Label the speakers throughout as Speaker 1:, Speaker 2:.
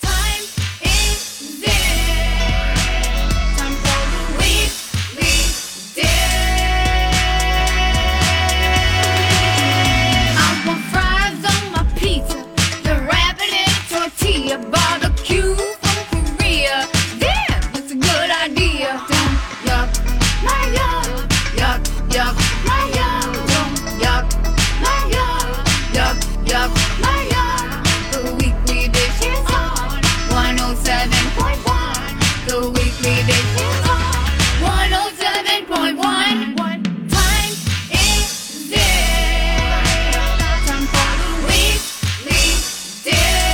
Speaker 1: Time is there. Time for the weekly dare. I want fries on my pizza, the rabbit and tortilla, barbecue from Korea. Damn, it's a good idea. Yum yuck, my yum, yuck yuck, my yum, yum yuck, my yum, yuck yuck, my yum. The weekly dish is on 107.1. The weekly dish is oh on 107.1. Time is there. Time for the weekly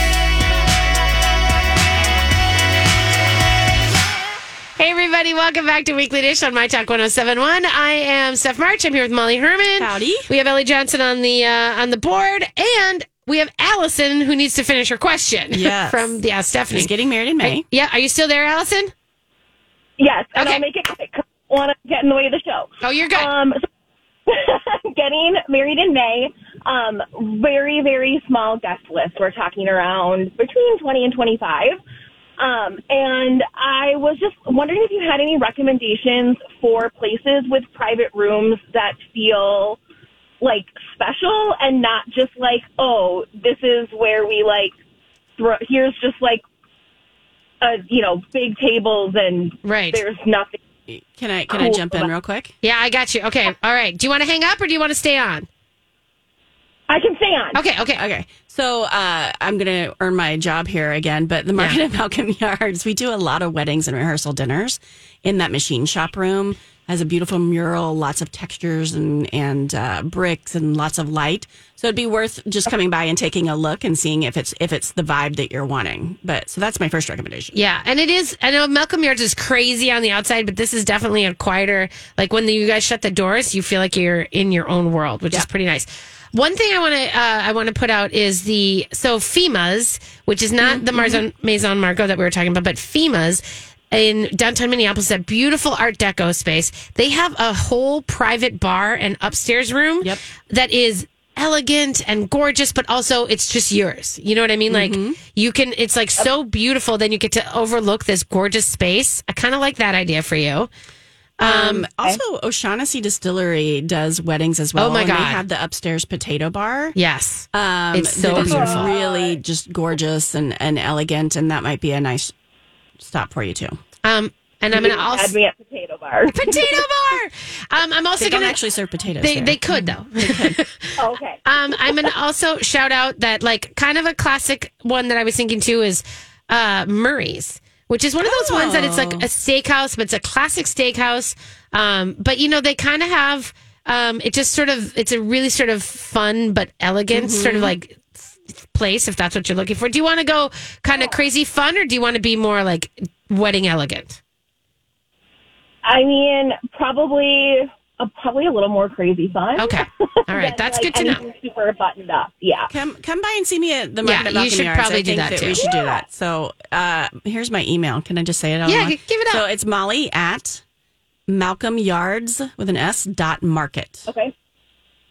Speaker 1: dish.
Speaker 2: Hey, everybody, welcome back to Weekly Dish on My Talk 1071. I am Steph March. I'm here with Molly Herman.
Speaker 3: Howdy.
Speaker 2: We have Ellie Johnson on the uh, on the board, and we have Allison who needs to finish her question
Speaker 3: Yes.
Speaker 2: from yeah, Stephanie.
Speaker 3: She's getting married in May.
Speaker 2: yeah, are you still there, Allison?
Speaker 4: Yes, and
Speaker 2: Okay.
Speaker 4: I'll make it quick. Want to get in the way of the show?
Speaker 2: Oh, you're good.
Speaker 4: Um, so- getting married in May. Um, very very small guest list. We're talking around between twenty and twenty five. Um, and I was just wondering if you had any recommendations for places with private rooms that feel like special and not just like oh this is where we like throw, here's just like uh, you know big tables and
Speaker 2: right.
Speaker 4: there's nothing.
Speaker 3: Can I can I
Speaker 4: Cool.
Speaker 3: jump in real quick?
Speaker 2: Yeah, I got you. Okay, all right. Do you want to hang up or do you want to stay on?
Speaker 4: I can stay on.
Speaker 2: Okay, okay.
Speaker 3: Okay. So uh, I'm going to earn my job here again, but the market
Speaker 2: Yeah.
Speaker 3: at Malcolm Yards, we do a lot of weddings and rehearsal dinners in that machine shop room. Has a beautiful mural, lots of textures and and uh, bricks and lots of light. So it'd be worth just coming by and taking a look and seeing if it's if it's the vibe that you're wanting. But so that's my first recommendation.
Speaker 2: Yeah, and it is. I know Malcolm Yards is crazy on the outside, but this is definitely a quieter. Like when you guys shut the doors, you feel like you're in your own world, which is pretty nice. One thing I want to uh, I want to put out is the so FEMA's, which is not the Marzon, Maison Margot that we were talking about, but FEMA's in downtown Minneapolis, that beautiful Art Deco space. They have a whole private bar and upstairs room
Speaker 3: Yep.
Speaker 2: that is elegant and gorgeous, but also it's just yours. You know what I mean?
Speaker 3: Mm-hmm.
Speaker 2: Like you can, it's like so beautiful. Then you get to overlook this gorgeous space. I kind of like that idea for you.
Speaker 3: Um, also, O'Shaughnessy Distillery does weddings as well.
Speaker 2: Oh, my
Speaker 3: and they
Speaker 2: God.
Speaker 3: have the upstairs potato bar.
Speaker 2: Yes.
Speaker 3: Um,
Speaker 2: It's so
Speaker 3: that is
Speaker 2: beautiful.
Speaker 3: really just gorgeous and, and elegant, and that might be a nice stop for you too.
Speaker 2: Um, and I'm going to
Speaker 4: Add
Speaker 2: also
Speaker 4: me at potato bar.
Speaker 2: potato bar. Um, I'm also
Speaker 3: They don't
Speaker 2: going to
Speaker 3: actually Mm-hmm. serve potatoes.
Speaker 2: They,
Speaker 3: there.
Speaker 2: they could though.
Speaker 4: okay.
Speaker 2: Um, I'm gonna also shout out that like kind of a classic one that I was thinking too is uh, Murray's, which is one of those ones that it's like a steakhouse, but it's a classic steakhouse. Um, but you know they kind of have um, it just sort of it's a really sort of fun but elegant sort of like f- place if that's what you're looking for. Do you want to go kind of crazy fun or do you want to be more like wedding elegant?
Speaker 4: I mean, probably uh, probably a little more crazy fun.
Speaker 2: Okay, all right,
Speaker 4: Than,
Speaker 2: that's
Speaker 4: like,
Speaker 2: good to know.
Speaker 4: anything Super buttoned up. Yeah.
Speaker 3: come come by and see me at the market.
Speaker 2: Yeah,
Speaker 3: at Malcolm
Speaker 2: you should
Speaker 3: Yards.
Speaker 2: probably
Speaker 3: I
Speaker 2: do
Speaker 3: think
Speaker 2: that, too.
Speaker 3: We should do that. So uh, here's my email. Can I just say it? out
Speaker 2: Yeah,
Speaker 3: loud?
Speaker 2: g- give it
Speaker 3: So
Speaker 2: out.
Speaker 3: it's Molly at Malcolm Yards with an S dot market.
Speaker 4: Okay.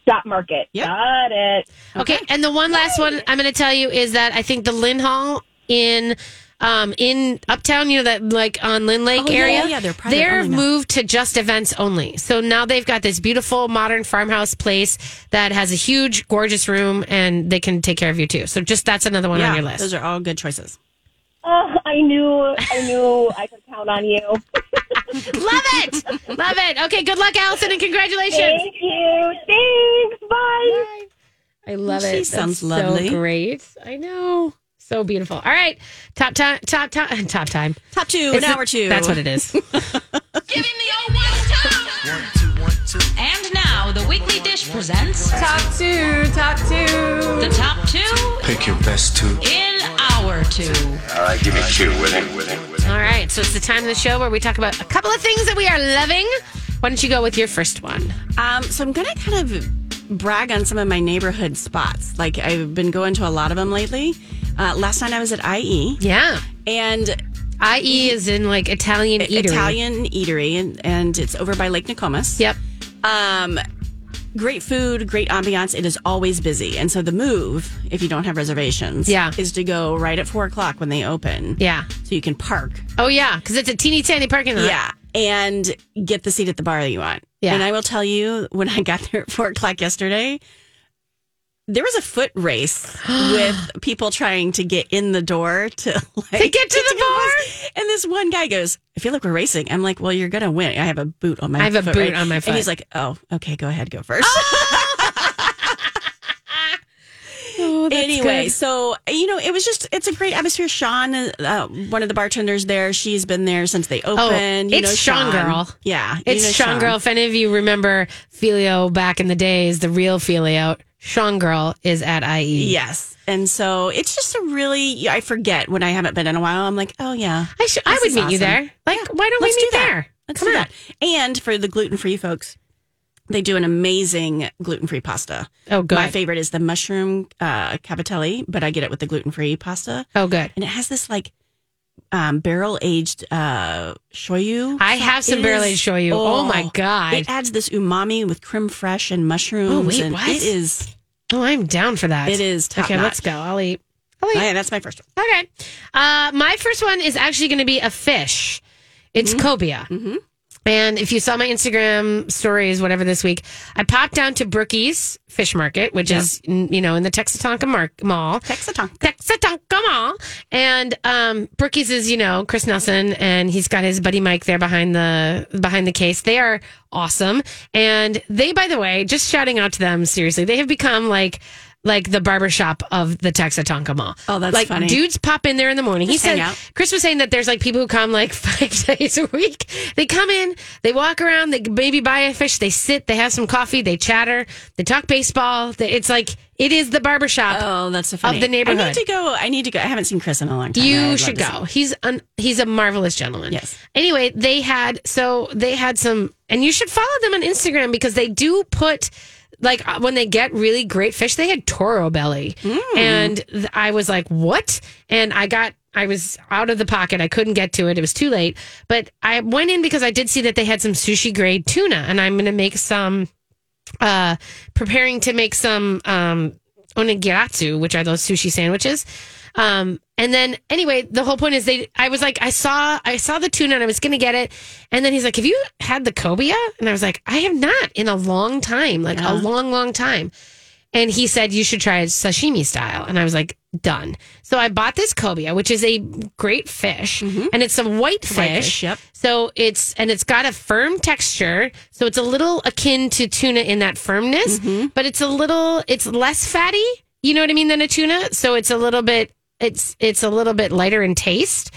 Speaker 4: Dot market.
Speaker 3: Yep.
Speaker 4: Got it.
Speaker 2: Okay. and the one last one I'm going to tell you is that I think the Lynn Hall in um in uptown, you know that like on Lynn Lake
Speaker 3: Oh, yeah,
Speaker 2: area,
Speaker 3: yeah, yeah, they're private
Speaker 2: they're
Speaker 3: only now.
Speaker 2: moved to just events only. So now they've got this beautiful modern farmhouse place that has a huge gorgeous room and they can take care of you too. So just that's another one on your list.
Speaker 3: those are all good choices.
Speaker 4: Oh, I knew, I knew I could count on you.
Speaker 2: Love it. Love it. Okay, good luck Allison and congratulations.
Speaker 4: Thank you. Thanks. Bye.
Speaker 2: I love
Speaker 3: She
Speaker 2: it.
Speaker 3: sounds
Speaker 2: That's
Speaker 3: lovely.
Speaker 2: So great. I know. So beautiful. All right. Top time top time top time.
Speaker 3: Top two, an
Speaker 2: It's-
Speaker 3: hour two.
Speaker 2: That's what it is.
Speaker 1: Give him the old one, two. And now the weekly dish presents top two, top two, the top two
Speaker 5: Pick your best two.
Speaker 1: in our
Speaker 5: or two.
Speaker 6: All right, give me two with him, with him, with him.
Speaker 2: All right, so it's the time of the show where we talk about a couple of things that we are loving. Why don't you go with your first one?
Speaker 3: Um, so I'm gonna kind of brag on some of my neighborhood spots. Like I've been going to a lot of them lately. Uh, last night I was at IE
Speaker 2: Yeah.
Speaker 3: and
Speaker 2: IE E is in like Italian eatery.
Speaker 3: Italian eatery, and, and it's over by Lake Nokomis.
Speaker 2: Yep.
Speaker 3: Um, great food, great ambiance. It is always busy, and so the move, if you don't have reservations,
Speaker 2: Yeah.
Speaker 3: is to go right at four o'clock when they open.
Speaker 2: Yeah.
Speaker 3: so you can park.
Speaker 2: Oh, yeah, because it's a teeny tiny parking lot.
Speaker 3: Yeah, and get the seat at the bar that you want.
Speaker 2: Uh-huh. Yeah.
Speaker 3: and I will tell you when I got there at four o'clock yesterday. There was a foot race with people trying to get in the door to like
Speaker 2: To get to the bar?
Speaker 3: and this one guy goes, I feel like we're racing. I'm like, well, you're going to win. I have a boot on my
Speaker 2: I have a
Speaker 3: foot,
Speaker 2: boot
Speaker 3: right?
Speaker 2: on my foot.
Speaker 3: And he's like, oh, okay, go ahead, go first.
Speaker 2: Oh, that's
Speaker 3: anyway,
Speaker 2: good.
Speaker 3: so, you know, it was just, it's a great atmosphere. Sean, uh, one of the bartenders there, she's been there since they opened. you
Speaker 2: Oh, it's
Speaker 3: know
Speaker 2: Sean Girl.
Speaker 3: Yeah. you
Speaker 2: It's
Speaker 3: know
Speaker 2: Sean Girl. If any of you remember Filio back in the days, the real Filio, Sean Girl is at E. IE.
Speaker 3: Yes. And so it's just a really, I forget when I haven't been in a while. I'm like, oh, yeah.
Speaker 2: I, should, I
Speaker 3: This
Speaker 2: would
Speaker 3: is
Speaker 2: meet you
Speaker 3: awesome.
Speaker 2: there. Like, why don't we
Speaker 3: Let's
Speaker 2: meet
Speaker 3: do that.
Speaker 2: there?
Speaker 3: Let's
Speaker 2: Come
Speaker 3: do
Speaker 2: on.
Speaker 3: that. And for the gluten free folks, they do an amazing gluten free pasta.
Speaker 2: Oh, good.
Speaker 3: My favorite is the mushroom uh, cavatelli, but I get it with the gluten free pasta.
Speaker 2: Oh, good.
Speaker 3: And it has this like um, barrel aged uh, shoyu.
Speaker 2: I
Speaker 3: sauce.
Speaker 2: have some
Speaker 3: It
Speaker 2: barrel-aged shoyu. Oh, my God.
Speaker 3: It adds this umami with creme fraiche and mushrooms.
Speaker 2: Oh, wait,
Speaker 3: and
Speaker 2: what?
Speaker 3: It is.
Speaker 2: Oh, I'm down for that.
Speaker 3: It is
Speaker 2: Okay,
Speaker 3: top-notch. Oh,
Speaker 2: let's go. I'll eat. I'll eat.
Speaker 3: Yeah, that's my first one.
Speaker 2: Okay. Uh, my first one is actually going to be a fish. It's
Speaker 3: Mm-hmm.
Speaker 2: cobia. And if you saw my Instagram stories, whatever this week, I popped down to Brookie's Fish Market, which is, n- you know, in the Texatonka Mar- Mall.
Speaker 3: Texatonk.
Speaker 2: Texatonka Mall. And um, Brookie's is, you know, Chris Nelson, and he's got his buddy Mike there behind the behind the case. They are awesome, and they, by the way, just shouting out to them. Seriously, they have become like like the barbershop of the Texatonka Mall.
Speaker 3: Oh, that's
Speaker 2: like
Speaker 3: funny.
Speaker 2: dudes pop in there in the morning. he
Speaker 3: Just
Speaker 2: said
Speaker 3: hang out.
Speaker 2: Chris was saying that there's like people who come like five days a week. They come in, they walk around, they maybe buy a fish, they sit, they have some coffee, they chatter, they talk baseball. They- It's like it is the barbershop.
Speaker 3: Oh, that's so funny.
Speaker 2: the neighborhood.
Speaker 3: I need to go. I need to go. I haven't seen Chris in a long time. I'd
Speaker 2: You
Speaker 3: love
Speaker 2: should
Speaker 3: to see
Speaker 2: go. He's an, he's a marvelous gentleman.
Speaker 3: Yes.
Speaker 2: Anyway, they had so they had some, and you should follow them on Instagram because they do put like uh, when they get really great fish. They had toro belly,
Speaker 3: Mm.
Speaker 2: and th- I was like, what? And I got. I was out of the pocket. I couldn't get to it. It was too late. But I went in because I did see that they had some sushi grade tuna, and I'm going to make some uh, preparing to make some um, onigiratsu, which are those sushi sandwiches. Um, and then anyway, the whole point is they. I was like, I saw, I saw the tuna, and I was gonna get it. And then he's like, "Have you had the cobia?" And I was like, "I have not in a long time, like a long, long time." And he said, You should try it sashimi style. And I was like, Done. So I bought this cobia, which is a great fish. And it's a Mm-hmm. white fish.
Speaker 3: fish, yep.
Speaker 2: So it's, and it's got a firm texture. So it's a little akin to tuna in that firmness, but it's a little, it's less fatty. You know what I mean? Than a tuna. So it's a little bit, it's, it's a little bit lighter in taste.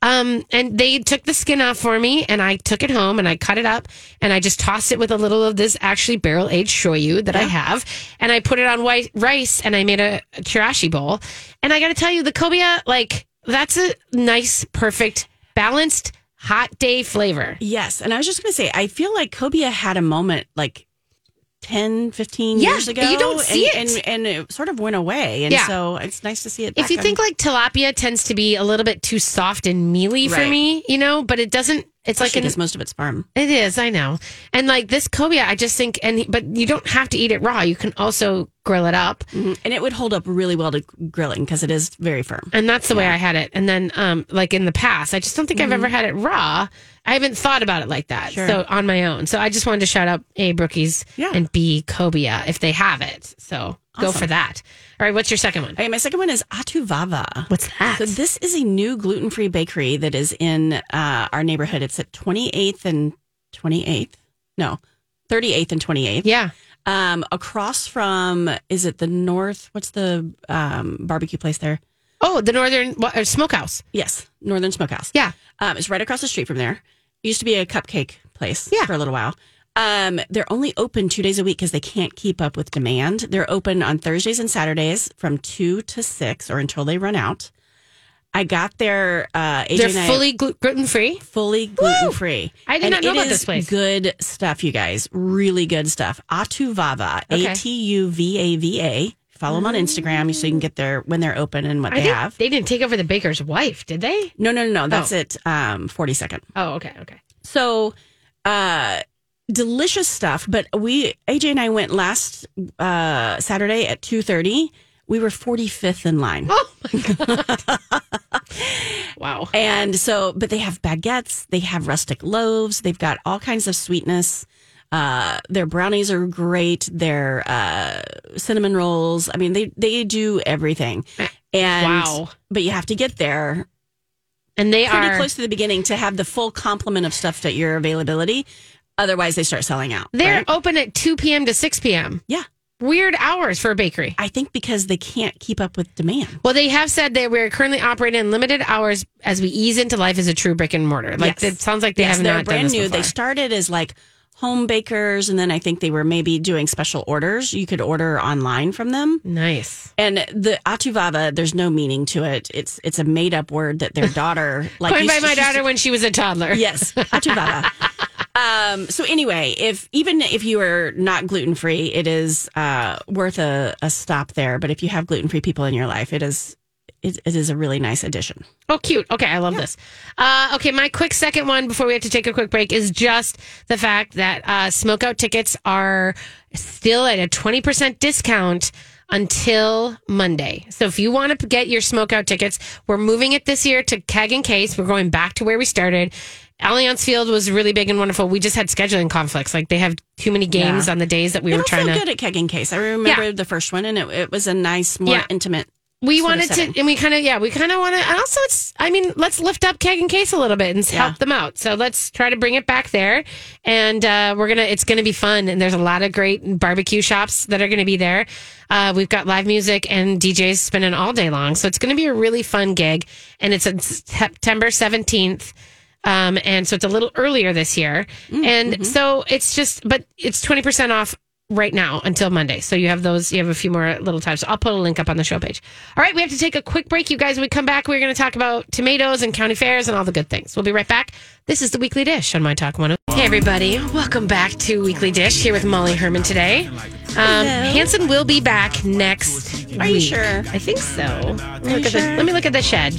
Speaker 2: Um, and they took the skin off for me, and I took it home and I cut it up and I just tossed it with a little of this actually barrel aged shoyu that I have, and I put it on white rice and I made a, a chirashi bowl. And I got to tell you, the cobia, like that's a nice, perfect, balanced hot day flavor.
Speaker 3: Yes. And I was just going to say, I feel like Kobia had a moment like 10, 15
Speaker 2: Yeah,
Speaker 3: years ago.
Speaker 2: you don't
Speaker 3: and,
Speaker 2: see it.
Speaker 3: And, and it sort of went away. And
Speaker 2: Yeah.
Speaker 3: so it's nice to see it.
Speaker 2: If you think like tilapia tends to be a little bit too soft and mealy for
Speaker 3: Right.
Speaker 2: me, you know, but it doesn't. It's like
Speaker 3: like,
Speaker 2: an
Speaker 3: because most of it's farm.
Speaker 2: It is, I know. And like this cobia, I just think, and but you don't have to eat it raw. You can also grill it up,
Speaker 3: And it would hold up really well to grilling because it is very firm.
Speaker 2: and that's the way I had it. And then, um, like in the past, I just don't think I've
Speaker 3: Mm-hmm.
Speaker 2: ever had it raw. I haven't thought about it like that. So on my own. So I just wanted to shout out a Brookies
Speaker 3: Yeah.
Speaker 2: and B Cobia if they have it. So go for that. All right, what's your second one?
Speaker 3: Okay. My second one is Atuvava.
Speaker 2: What's that?
Speaker 3: So this is a new gluten free bakery that is in uh, our neighborhood. It's at 28th and 28th. No, 38th and 28th.
Speaker 2: yeah.
Speaker 3: Um, across from, is it the north? What's the um, barbecue place there?
Speaker 2: Oh, the Northern what, uh, Smokehouse.
Speaker 3: Yes, Northern Smokehouse.
Speaker 2: Yeah.
Speaker 3: Um, it's right across the street from there. It used to be a cupcake place
Speaker 2: Yeah.
Speaker 3: for a little while. Um, they're only open two days a week because they can't keep up with demand. They're open on Thursdays and Saturdays from two to six or until they run out. I got their uh, AJ
Speaker 2: They're
Speaker 3: and I-
Speaker 2: fully gluten free.
Speaker 3: fully gluten free.
Speaker 2: I did not know about this place.
Speaker 3: Good stuff, you guys. Really good stuff. Atuvava,
Speaker 2: Okay.
Speaker 3: A T U V A V A. Follow them on Instagram so you can get their when they're open and what
Speaker 2: I
Speaker 3: they
Speaker 2: think
Speaker 3: have.
Speaker 2: they didn't take over the baker's wife, did they?
Speaker 3: no, no, no, no. That's
Speaker 2: Oh.
Speaker 3: it. Um, forty second.
Speaker 2: Oh, okay, okay.
Speaker 3: So, uh, delicious stuff. But we AJ and I went last uh, Saturday at two thirty. We were forty fifth in line.
Speaker 2: Oh my god! wow.
Speaker 3: And so, but they have baguettes, they have rustic loaves, they've got all kinds of sweetness. Uh, their brownies are great. Their uh, cinnamon rolls. I mean, they they do everything. And
Speaker 2: Eh, Wow.
Speaker 3: But you have to get there
Speaker 2: And they
Speaker 3: pretty
Speaker 2: are
Speaker 3: close to the beginning to have the full complement of stuff at your availability. Otherwise, they start selling out.
Speaker 2: they're
Speaker 3: right?
Speaker 2: open at two p.m. to six p.m.
Speaker 3: yeah.
Speaker 2: Weird hours for a bakery.
Speaker 3: I think because they can't keep up with demand.
Speaker 2: Well, they have said that we're currently operating in limited hours as we ease into life as a true brick and mortar. Like
Speaker 3: Yes.
Speaker 2: it sounds like they
Speaker 3: Yes,
Speaker 2: have
Speaker 3: they're
Speaker 2: not
Speaker 3: brand
Speaker 2: done this
Speaker 3: new.
Speaker 2: Before.
Speaker 3: They started as like home bakers, and then I think they were maybe doing special orders. You could order online from them.
Speaker 2: nice.
Speaker 3: And the atuvava, there's no meaning to it. It's it's a made up word that their daughter like
Speaker 2: Coined by
Speaker 3: used-
Speaker 2: my
Speaker 3: she used
Speaker 2: daughter
Speaker 3: to-
Speaker 2: when she was a toddler.
Speaker 3: yes, atuvava. um, so anyway, if even if you are not gluten free, it is uh, worth a, a stop there. But if you have gluten free people in your life, it is it, it is a really nice addition.
Speaker 2: Oh, cute. Okay, I love this. Uh, okay, my quick second one before we have to take a quick break is just the fact that uh, smokeout tickets are still at a 20% discount until Monday. So if you want to get your smokeout tickets, we're moving it this year to keg and case. We're going back to where we started. Allianz Field was really big and wonderful. We just had scheduling conflicts. Like they have too many games on the days that we
Speaker 3: They
Speaker 2: were
Speaker 3: don't feel
Speaker 2: trying to
Speaker 3: good at kegging case. I remember the first one, and it, it was a nice, more
Speaker 2: Yeah.
Speaker 3: intimate.
Speaker 2: we
Speaker 3: sort of
Speaker 2: wanted
Speaker 3: setting.
Speaker 2: to, and we kind of, yeah, we kind of want to. And also, it's, I mean, let's lift up Keg and Case a little bit and s- help them out. So let's try to bring it back there. And uh, we're going to, it's going to be fun. And there's a lot of great barbecue shops that are going to be there. Uh, we've got live music and DJs spinning all day long. So it's going to be a really fun gig. And it's on September 17th. Um, and so it's a little earlier this year.
Speaker 3: Mm,
Speaker 2: and
Speaker 3: mm-hmm.
Speaker 2: so it's just, but it's 20% off right now until Monday. So you have those, you have a few more little times. I'll put a link up on the show page. All right, we have to take a quick break, you guys. When we come back, we're going to talk about tomatoes and county fairs and all the good things. We'll be right back. This is the Weekly Dish on My Talk oh- 101. Hey, everybody. Welcome back to Weekly Dish here with Molly Herman today. Um, Hanson will be back next
Speaker 3: Are you
Speaker 2: week.
Speaker 3: sure?
Speaker 2: I think so. Let me look at the- let me look at the shed.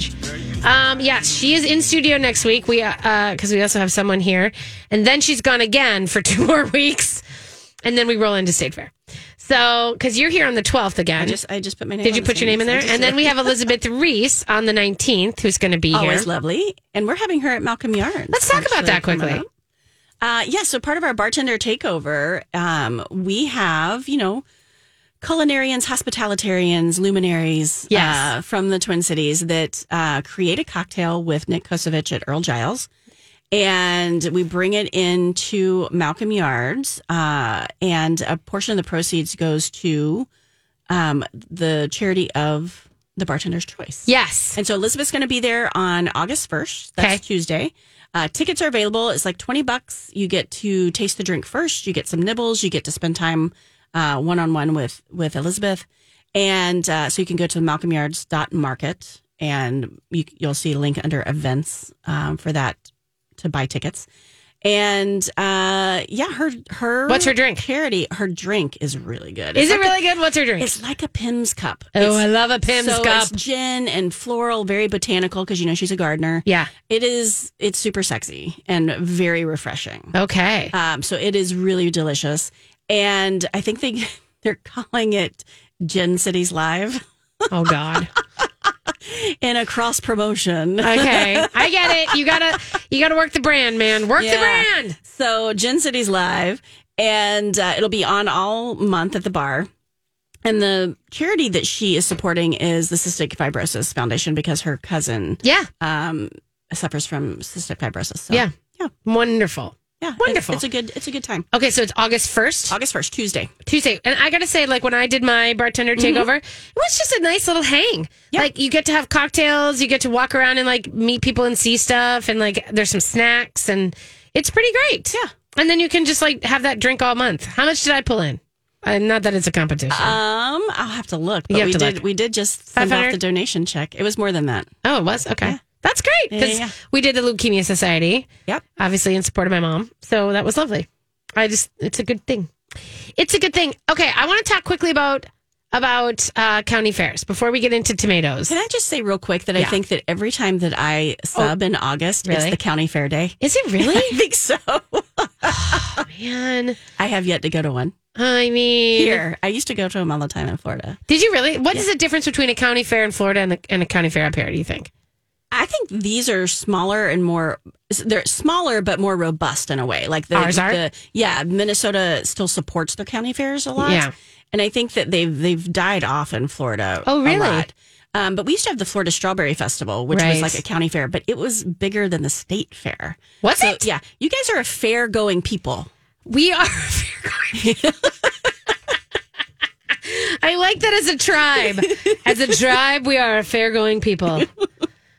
Speaker 2: Um, yeah, she is in studio next week. We because we also have someone here, and then she's gone again for two more weeks, and then we roll into state fair. So because you're here on the twelfth again.
Speaker 3: I just, I just put my name.
Speaker 2: did you
Speaker 3: on
Speaker 2: put
Speaker 3: this
Speaker 2: your
Speaker 3: thing.
Speaker 2: name in
Speaker 3: I
Speaker 2: there?
Speaker 3: just
Speaker 2: And
Speaker 3: did.
Speaker 2: then we have Elizabeth Reese on the 19th, who's going to be
Speaker 3: always
Speaker 2: here.
Speaker 3: lovely, and we're having her at Malcolm Yarns.
Speaker 2: Let's talk about that
Speaker 3: coming
Speaker 2: quickly.
Speaker 3: up. Uh, yeah, so part of our bartender takeover, um, we have you know culinarians, hospitalitarians, luminaries
Speaker 2: Yes.
Speaker 3: uh, from the Twin Cities that uh, create a cocktail with Nick Kosovich at Earl Giles. And we bring it into Malcolm Yards, uh, and a portion of the proceeds goes to um, the charity of the bartender's choice.
Speaker 2: Yes.
Speaker 3: And so Elizabeth's going to be there on August 1st. That's
Speaker 2: Okay.
Speaker 3: Tuesday. Uh, tickets are available. It's like 20 bucks. You get to taste the drink first. You get some nibbles. You get to spend time one on one with with Elizabeth. And uh, so you can go to malcolmyards.market and you, you'll see a link under events um, for that to buy tickets. And uh, yeah, her her
Speaker 2: What's her drink?
Speaker 3: Charity. Her drink is really good.
Speaker 2: Is
Speaker 3: It's
Speaker 2: it
Speaker 3: like a-
Speaker 2: really good? What's her drink?
Speaker 3: it's like a Pim's cup.
Speaker 2: Oh,
Speaker 3: It's-
Speaker 2: I love a Pim's
Speaker 3: so
Speaker 2: cup.
Speaker 3: It's gin and floral, very botanical because you know she's a gardener.
Speaker 2: Yeah.
Speaker 3: it is. It's super sexy and very refreshing.
Speaker 2: Okay.
Speaker 3: Um, so it is really delicious, and I think they they're calling it Gin Cities Live
Speaker 2: Oh God.
Speaker 3: in a cross promotion.
Speaker 2: Okay, I get it. You gotta you gotta work the brand, man. Work the
Speaker 3: Yeah.
Speaker 2: brand.
Speaker 3: So Gin City's live, and uh, it'll be on all month at the bar. And the charity that she is supporting is the Cystic Fibrosis Foundation because her cousin
Speaker 2: Yeah.
Speaker 3: um, suffers from cystic fibrosis. So,
Speaker 2: Yeah.
Speaker 3: yeah,
Speaker 2: Wonderful.
Speaker 3: yeah. It's-
Speaker 2: Wonderful.
Speaker 3: It's, a good. It's a good time.
Speaker 2: Okay, so it's August first.
Speaker 3: August first, Tuesday.
Speaker 2: Tuesday. And I got to say, like, when I did my bartender takeover, it was just a nice little hang. Like, you get to have cocktails, you get to walk around and, like, meet people and see stuff, and, like, there's some snacks, and it's pretty great.
Speaker 3: Yeah.
Speaker 2: And then you can just, like, have that drink all month. How much did I pull in? Uh, not that it's a competition.
Speaker 3: Um, I'll have to look. But
Speaker 2: You have
Speaker 3: we
Speaker 2: to
Speaker 3: did
Speaker 2: look.
Speaker 3: we did just send off
Speaker 2: 500?
Speaker 3: the donation check. It was more than that.
Speaker 2: oh, it was? Okay. That's great
Speaker 3: Yeah,
Speaker 2: because
Speaker 3: yeah, yeah.
Speaker 2: we did the Leukemia Society.
Speaker 3: Yep.
Speaker 2: obviously in support of my mom. So that was lovely. I just it's a good thing. It's a good thing. Okay, I want to talk quickly about about uh, county fairs before we get into tomatoes.
Speaker 3: Can I just say real quick that I think that every time that I sub in August,
Speaker 2: Really?
Speaker 3: it's the county fair day.
Speaker 2: Is it
Speaker 3: I
Speaker 2: really?
Speaker 3: think so.
Speaker 2: Man,
Speaker 3: I have yet to go to one.
Speaker 2: I mean,
Speaker 3: Here, I used to go to them all the time in Florida.
Speaker 2: did you really? What is the difference between a county fair in Florida and a, and a county fair up here? Do you think?
Speaker 3: I think these are smaller and more. They're smaller but more robust in a way. Like the,
Speaker 2: Ours are?
Speaker 3: the- yeah, Minnesota still supports their county fairs a lot.
Speaker 2: Yeah.
Speaker 3: and I think that they've they've died off in Florida.
Speaker 2: Oh, really?
Speaker 3: A lot. Um, but we used to have the Florida Strawberry Festival, which
Speaker 2: Right.
Speaker 3: was like a county fair, but it was bigger than the state fair.
Speaker 2: Was
Speaker 3: So,
Speaker 2: it?
Speaker 3: Yeah, you guys are a fair going people.
Speaker 2: We are. fair going- I like that as a tribe. As a tribe, we are fair going people.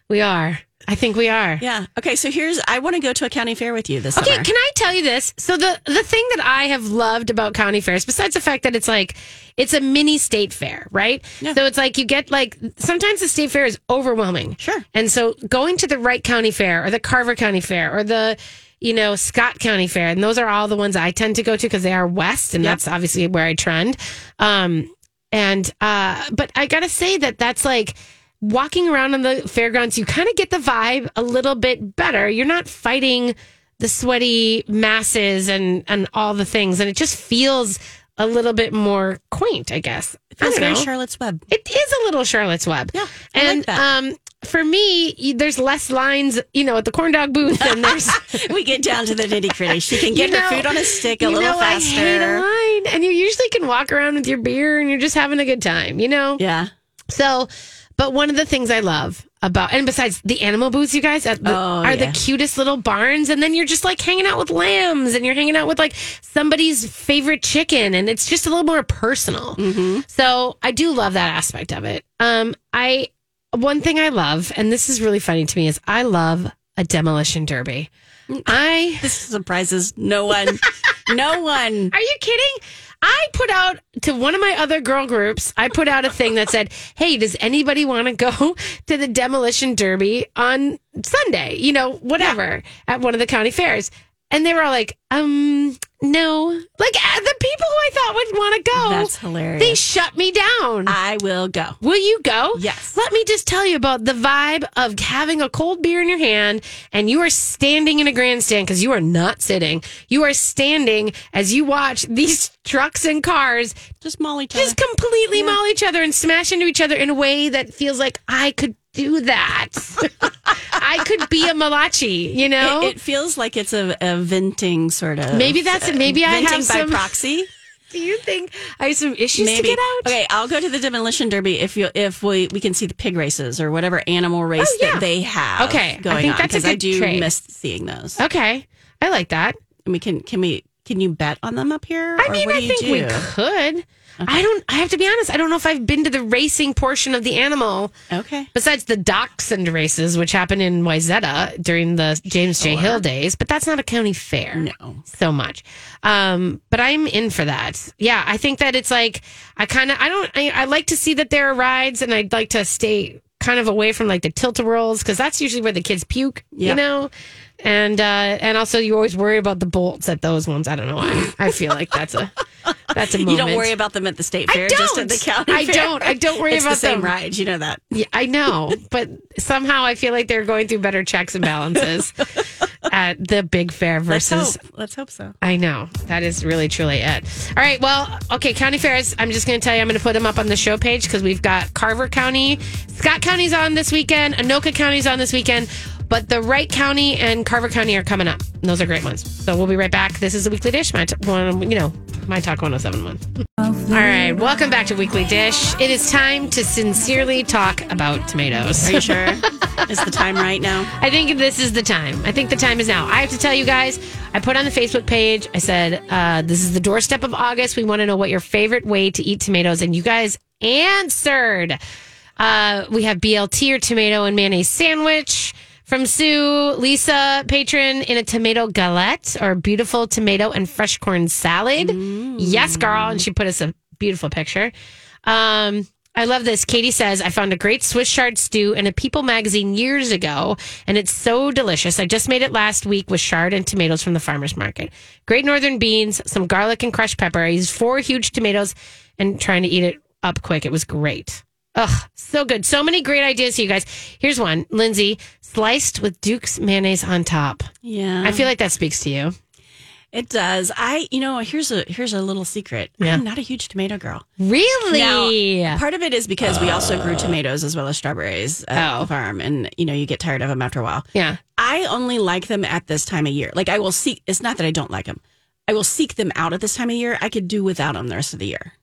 Speaker 2: We are. I think we are.
Speaker 3: Yeah. Okay, so here's I want to go to a county fair with you this
Speaker 2: Okay,
Speaker 3: summer.
Speaker 2: can I tell you this? So the the thing that I have loved about county fairs, besides the fact that it's like it's a mini state fair, right? So it's like you get like sometimes the state fair is overwhelming.
Speaker 3: Sure.
Speaker 2: And so going to the Wright County Fair or the Carver County Fair or the you know Scott County Fair, and those are all the ones I tend to go to because they are west, and that's obviously where I trend. Um, and uh, but I gotta say that that's like walking around on the fairgrounds, you kind of get the vibe a little bit better. You're not fighting the sweaty masses and and all the things, and it just feels a little bit more quaint, I guess. I
Speaker 3: It's
Speaker 2: don't
Speaker 3: very
Speaker 2: know.
Speaker 3: Charlotte's Web.
Speaker 2: It is a little Charlotte's Web.
Speaker 3: Yeah, I like
Speaker 2: and
Speaker 3: that.
Speaker 2: um, for me, y- there's less lines, you know, at the corn dog booth, and there's
Speaker 3: we get down to the nitty gritty. She can
Speaker 2: you
Speaker 3: get
Speaker 2: know-
Speaker 3: her food on a stick a
Speaker 2: you
Speaker 3: little
Speaker 2: know,
Speaker 3: faster.
Speaker 2: I hate a line, and you usually can walk around with your beer, and you're just having a good time, you know.
Speaker 3: Yeah.
Speaker 2: So, but one of the things I love about, and besides the animal booths, you guys at the,
Speaker 3: Oh,
Speaker 2: are the
Speaker 3: yeah.
Speaker 2: cutest little barns. And then you're just like hanging out with lambs and you're hanging out with like somebody's favorite chicken. And it's just a little more personal.
Speaker 3: Mm-hmm.
Speaker 2: So I do love that aspect of it. Um, I, one thing I love, and this is really funny to me, is I love a demolition derby.
Speaker 3: Mm.
Speaker 2: I.
Speaker 3: This surprises no one. no one.
Speaker 2: Are you kidding? I put out to one of my other girl groups, I put out a thing that said, Hey, does anybody want to go to the demolition derby on Sunday? You know, whatever, at one of the county fairs. And they were all like, um, no. Like uh, the people who I thought would want to go,
Speaker 3: That's hilarious.
Speaker 2: they shut me down.
Speaker 3: I will go.
Speaker 2: Will you go?
Speaker 3: Yes.
Speaker 2: Let me just tell you about the vibe of having a cold beer in your hand and you are standing in a grandstand because you are not sitting. You are standing as you watch these trucks and cars
Speaker 3: Just Molly.
Speaker 2: just completely maul each other and smash into each other in a way that feels like I could do that. I could be a malachi, you know?
Speaker 3: It, it feels like it's a, a venting sort of. uh,
Speaker 2: Maybe that's it. Maybe I
Speaker 3: venting
Speaker 2: have
Speaker 3: by
Speaker 2: some-
Speaker 3: proxy.
Speaker 2: do you think I have some issues
Speaker 3: Maybe.
Speaker 2: to get out?
Speaker 3: Okay, I'll go to the demolition derby if you if we we can see the pig races or whatever animal race
Speaker 2: Oh, yeah.
Speaker 3: that they have.
Speaker 2: Okay, I
Speaker 3: going
Speaker 2: think
Speaker 3: on,
Speaker 2: that's a
Speaker 3: 'cause I
Speaker 2: good
Speaker 3: do
Speaker 2: trade. Oh.
Speaker 3: miss seeing those.
Speaker 2: Okay. I like that.
Speaker 3: And we can can we can you bet on them up here?
Speaker 2: I mean, I think we could. I don't. I have to be honest. I don't know if I've been to the racing portion of the animal
Speaker 3: Okay.
Speaker 2: besides the dachshund races, which happened in Wayzata during the James J. Hill days. But that's not a county fair.
Speaker 3: Oh, No.
Speaker 2: so much. Um, but I'm in for that. Yeah, I think that it's like I kind of I don't I, I like to see that there are rides, and I'd like to stay kind of away from like the tilt a rolls because that's usually where the kids puke. You
Speaker 3: Yeah.
Speaker 2: know. And uh, and also, you always worry about the bolts at those ones. I don't know why. I feel like that's a that's a moment.
Speaker 3: You don't worry about them at the state
Speaker 2: I
Speaker 3: fair, just at the
Speaker 2: don't.
Speaker 3: county.
Speaker 2: I
Speaker 3: fair.
Speaker 2: don't. I don't worry
Speaker 3: It's
Speaker 2: about
Speaker 3: the same
Speaker 2: them.
Speaker 3: rides. You know that.
Speaker 2: Yeah, I know, but somehow I feel like they're going through better checks and balances at the big fair versus.
Speaker 3: let's hope, let's hope so.
Speaker 2: I know that is really truly it. All right, well, okay, county fairs. I'm just going to tell you, I'm going to put them up on the show page because we've got Carver County, Scott County's on this weekend, Anoka County's on this weekend, but the Wright County and Carver County are coming up. And Those are great ones. So we'll be right back. This is the Weekly Dish, my t- one, you know, my talk 1071. All right, welcome back to Weekly Dish. It is time to sincerely talk about tomatoes.
Speaker 3: Are you sure? Is the time right now?
Speaker 2: I think this is the time. I think the time is now. I have to tell you guys, I put on the Facebook page, I said, uh, this is the doorstep of August. We want to know what your favorite way to eat tomatoes. And you guys answered. Uh, we have BLT or tomato and mayonnaise sandwich. From Sue, Lisa, patron in a tomato galette or beautiful tomato and fresh corn salad. Yes, girl. And she put us a beautiful picture. Um, I love this. Katie says, I found a great Swiss chard stew in a People magazine years ago, and it's so delicious. I just made it last week with chard and tomatoes from the farmer's market. Great northern beans, some garlic and crushed pepper. I used four huge tomatoes and trying to eat it up quick. It was great. Ugh, so good. So many great ideas here, you guys. Here's one Lindsay, sliced with Duke's mayonnaise on top.
Speaker 3: Yeah.
Speaker 2: I feel like that speaks to you.
Speaker 3: It does. I, you know, here's a here's a little secret.
Speaker 2: Yeah.
Speaker 3: I'm not a huge tomato girl.
Speaker 2: Really?
Speaker 3: Now, part of it is because we also grew tomatoes as well as strawberries at
Speaker 2: Uh. Oh.
Speaker 3: the farm, and you know, you get tired of them after a while.
Speaker 2: yeah.
Speaker 3: I only like them at this time of year. Like I will seek. It's not that I don't like them. I will seek them out at this time of year. I could do without them the rest of the year.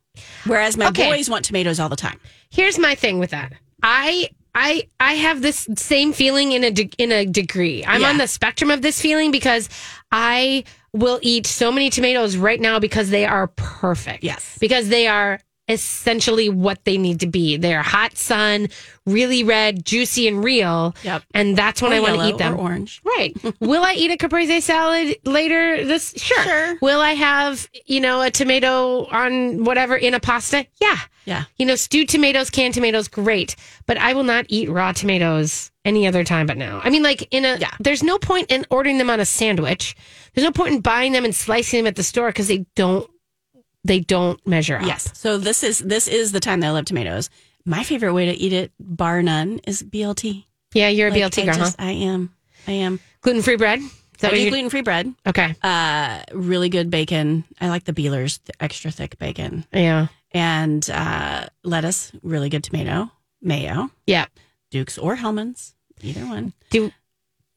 Speaker 3: Whereas my
Speaker 2: Okay.
Speaker 3: boys want tomatoes all the time.
Speaker 2: here's my thing with that. I I I have this same feeling in a de- in a degree. I'm
Speaker 3: Yeah.
Speaker 2: on the spectrum of this feeling because I will eat so many tomatoes right now because they are perfect.
Speaker 3: Yes.
Speaker 2: Because they are essentially what they need to be. They're hot sun, really red, juicy and real.
Speaker 3: Yep.
Speaker 2: And that's when
Speaker 3: Or
Speaker 2: I want to
Speaker 3: yellow
Speaker 2: eat them.
Speaker 3: Or orange.
Speaker 2: Right. Will I eat a caprese salad later this? Sure.
Speaker 3: Sure.
Speaker 2: Will I have, you know, a tomato on whatever in a pasta? Yeah.
Speaker 3: Yeah.
Speaker 2: You know, stewed tomatoes, canned tomatoes, great. But I will not eat raw tomatoes any other time but now. I mean, like in a,
Speaker 3: Yeah.
Speaker 2: there's no point in ordering them on a sandwich. There's no point in buying them and slicing them at the store because they don't, they don't measure up.
Speaker 3: Yes. So this is this is the time that I love tomatoes. My favorite way to eat it, bar none, is BLT.
Speaker 2: Yeah, you're a
Speaker 3: Like,
Speaker 2: BLT
Speaker 3: I
Speaker 2: girl, huh?
Speaker 3: just- I am. I am.
Speaker 2: Gluten free bread. Is that
Speaker 3: I
Speaker 2: what
Speaker 3: do
Speaker 2: you-
Speaker 3: gluten free bread.
Speaker 2: okay.
Speaker 3: Uh, really good bacon. I like the Beeler's the extra thick bacon
Speaker 2: Yeah.
Speaker 3: and uh, lettuce. Really good tomato, mayo,
Speaker 2: Yeah.
Speaker 3: Duke's or Hellman's, either one.
Speaker 2: Do,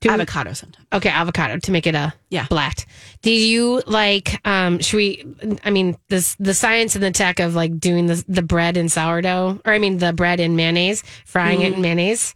Speaker 2: do
Speaker 3: Avocado sometimes.
Speaker 2: Okay, avocado to make it a
Speaker 3: Yeah.
Speaker 2: blat. Do you like um should we I mean this the science and the tech of like doing the the bread in sourdough or I mean the bread in mayonnaise, frying it
Speaker 3: Mm.
Speaker 2: in mayonnaise.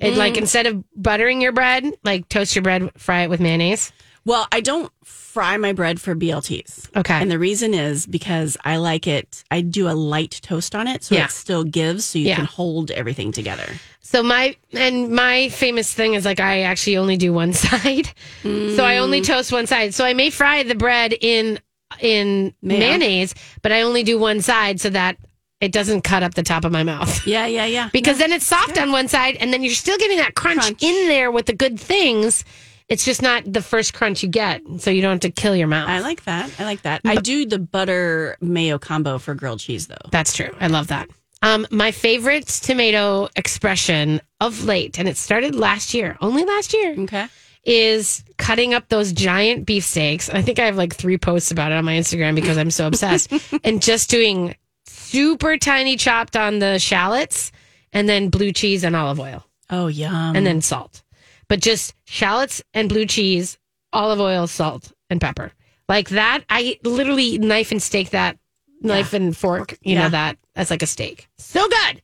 Speaker 2: It like instead of buttering your bread, like toast your bread, fry it with mayonnaise.
Speaker 3: Well, I don't fry my bread for BLTs.
Speaker 2: Okay.
Speaker 3: And the reason is because I like it. I do a light toast on it, so
Speaker 2: Yeah.
Speaker 3: it still gives, so you
Speaker 2: Yeah.
Speaker 3: can hold everything together.
Speaker 2: So my and my famous thing is like I actually only do one side. So I only
Speaker 3: Mm.
Speaker 2: toast one side. So I may fry the bread in in
Speaker 3: Mayo.
Speaker 2: mayonnaise, but I only do one side so that it doesn't cut up the top of my mouth.
Speaker 3: Yeah, yeah, yeah.
Speaker 2: because then it's soft on one side and then you're still getting that crunch,
Speaker 3: Crunch.
Speaker 2: in there with the good things it's just not the first crunch you get so you don't have to kill your mouth
Speaker 3: I like that. I like that. I do the butter mayo combo for grilled cheese though.
Speaker 2: that's true i love that um, my favorite tomato expression of late and it started last year only last year
Speaker 3: Okay.
Speaker 2: is cutting up those giant beefsteaks. I think I have like three posts about it on my Instagram because I'm so obsessed. and just doing super tiny chopped on the shallots and then blue cheese and olive oil.
Speaker 3: Oh yum.
Speaker 2: and then salt. But just shallots and blue cheese, olive oil, salt, and pepper. Like that, I literally knife and steak that, knife and fork, you know,
Speaker 3: Yeah.
Speaker 2: that as like a steak. So good.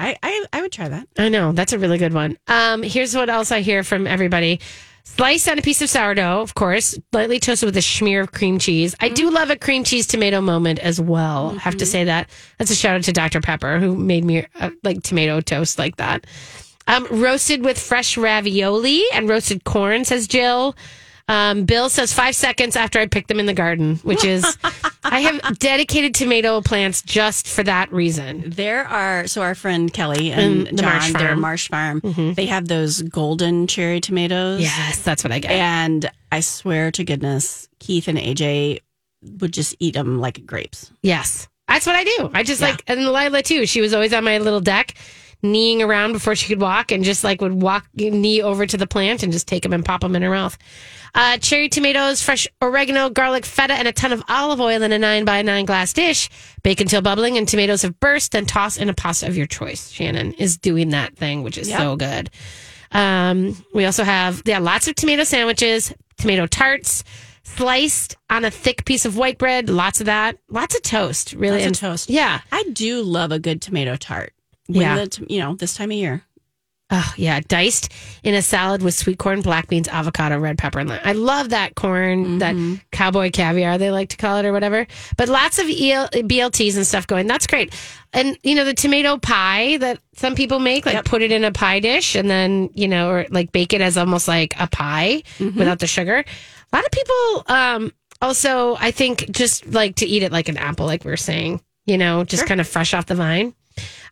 Speaker 3: I, I I would try that.
Speaker 2: I know. That's a really good one. Um, here's what else I hear from everybody. Sliced on a piece of sourdough, of course, lightly toasted with a smear of cream cheese. I do love a cream cheese tomato moment as well. Have to say that. That's a shout out to Dr. Pepper who made me uh, like tomato toast like that. Um, roasted with fresh ravioli and roasted corn, says Jill. Um, Bill says five seconds after I pick them in the garden, which is I have dedicated tomato plants just for that reason.
Speaker 3: There are so our friend Kelly and
Speaker 2: And the
Speaker 3: John,
Speaker 2: Marsh
Speaker 3: their
Speaker 2: Farm. Mm-hmm.
Speaker 3: Marsh Farm. They have those golden cherry tomatoes.
Speaker 2: Yes, that's what I get.
Speaker 3: And I swear to goodness, Keith and AJ would just eat them like grapes.
Speaker 2: Yes. That's what I do. I just like, and Lila too. She was always on my little deck, kneeing around before she could walk, and just like would walk knee over to the plant and just take them and pop them in her mouth. Uh, cherry tomatoes, fresh oregano, garlic, feta, and a ton of olive oil in a nine by nine glass dish. Bake until bubbling, and tomatoes have burst. Then toss in a pasta of your choice. Shannon is doing that thing, which is so good. Um, we also have yeah, lots of tomato sandwiches, tomato tarts, sliced on a thick piece of white bread. Lots of that. Lots of toast. Really,
Speaker 3: Lots of
Speaker 2: And-
Speaker 3: toast.
Speaker 2: Yeah,
Speaker 3: I do love a good tomato tart. When
Speaker 2: Yeah.
Speaker 3: the, t- you know, this time of year.
Speaker 2: Oh yeah, diced in a salad with sweet corn, black beans, avocado, red pepper, and lime. I love that corn, that cowboy caviar they like to call it or whatever. But lots of E EL, BLTs and stuff going. That's great. And you know the tomato pie that some people make, like put it in a pie dish and then you know, or like bake it as almost like a pie without the sugar. A lot of people um, also, I think, just like to eat it like an apple, like we were saying. You know, just kind of fresh off the vine.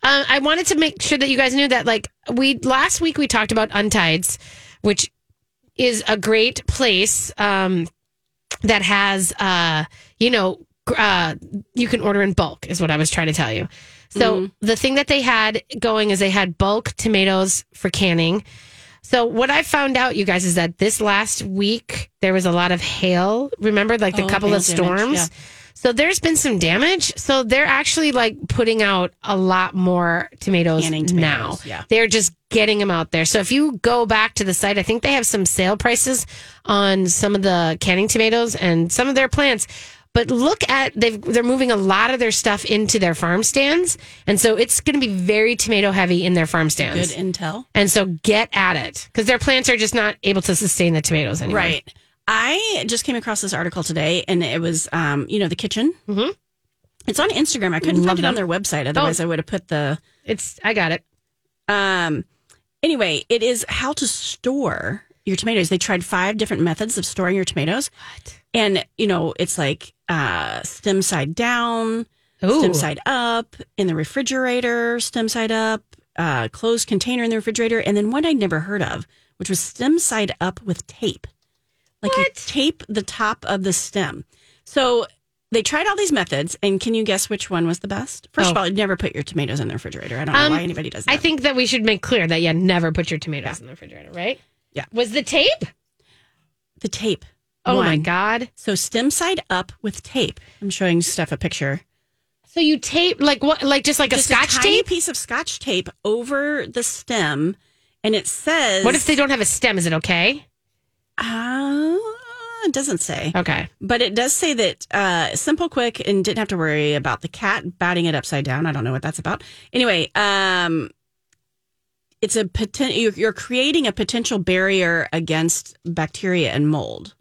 Speaker 2: Um, I wanted to make sure that you guys knew that, like, we last week we talked about Untides, which is a great place um, that has, uh, you know, gr- uh, you can order in bulk, is what I was trying to tell you. So
Speaker 3: Mm-hmm.
Speaker 2: the thing that they had going is they had bulk tomatoes for canning. So what I found out, you guys, is that this last week there was a lot of hail. Remember, like the
Speaker 3: Oh,
Speaker 2: couple
Speaker 3: hail
Speaker 2: of
Speaker 3: damage,
Speaker 2: storms.
Speaker 3: yeah.
Speaker 2: So there's been some damage. So they're actually like putting out a lot more tomatoes
Speaker 3: Canning tomatoes,
Speaker 2: now.
Speaker 3: yeah.
Speaker 2: They're just getting them out there. So if you go back to the site, I think they have some sale prices on some of the canning tomatoes and some of their plants. But look at they've they're moving a lot of their stuff into their farm stands, and so it's going to be very tomato heavy in their farm
Speaker 3: Good
Speaker 2: stands.
Speaker 3: intel.
Speaker 2: and so get at it because their plants are just not able to sustain the tomatoes anymore.
Speaker 3: Right. I just came across this article today, and it was, um, you know, the kitchen. Mm-hmm. It's on Instagram. I couldn't
Speaker 2: Love
Speaker 3: find it on their website. Otherwise, I would have put the.
Speaker 2: It's I got it.
Speaker 3: Um, anyway, it is how to store your tomatoes. They tried five different methods of storing your tomatoes,
Speaker 2: What?
Speaker 3: and you know, it's like uh, stem side down,
Speaker 2: Ooh.
Speaker 3: stem side up in the refrigerator, stem side up, uh, closed container in the refrigerator, and then one I'd never heard of, which was stem side up with tape. Like you tape the top of the stem. So they tried all these methods, and can you guess which one was the best? First of
Speaker 2: Oh.
Speaker 3: all, I'd never put your tomatoes in the refrigerator. I don't
Speaker 2: Um,
Speaker 3: know why anybody does that.
Speaker 2: I think that we should make clear that yeah, never put your tomatoes in the refrigerator, right?
Speaker 3: Yeah.
Speaker 2: Was the tape?
Speaker 3: the tape.
Speaker 2: Oh my
Speaker 3: One.
Speaker 2: god.
Speaker 3: So stem side up with tape. I'm showing Steph a picture.
Speaker 2: So you tape like what like just like
Speaker 3: Just
Speaker 2: a scotch
Speaker 3: tiny
Speaker 2: tape?
Speaker 3: piece of scotch tape over the stem, and it says.
Speaker 2: What if they don't have a stem? Is it okay?
Speaker 3: Uh, it doesn't say,
Speaker 2: Okay.
Speaker 3: but it does say that uh, simple, quick, and didn't have to worry about the cat batting it upside down. I don't know what that's about. Anyway, um, it's a potential. You're, you're creating a potential barrier against bacteria and mold,